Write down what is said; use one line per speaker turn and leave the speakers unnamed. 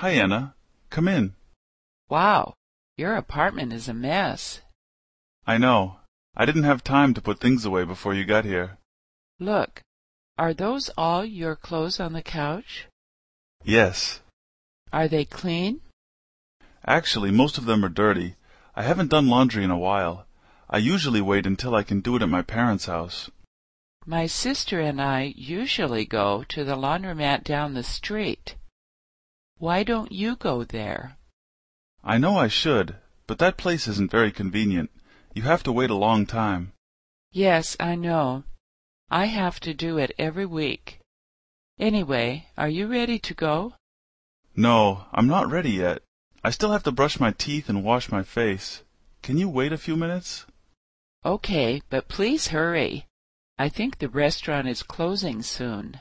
Hi, Anna. Come in.
Wow, your apartment is a mess.
I know. I didn't have time to put things away before you got here.
Look, are those all your clothes on the couch?
Yes.
Are they clean?
Actually, most of them are dirty. I haven't done laundry in a while. I usually wait until I can do it at my parents' house.
My sister and I usually go to the laundromat down the street. Why don't you go there?
I know I should, but that place isn't very convenient. You have to wait a long time.
Yes, I know. I have to do it every week. Anyway, are you ready to go?
No, I'm not ready yet. I still have to brush my teeth and wash my face. Can you wait a few minutes?
Okay, but please hurry. I think the restaurant is closing soon.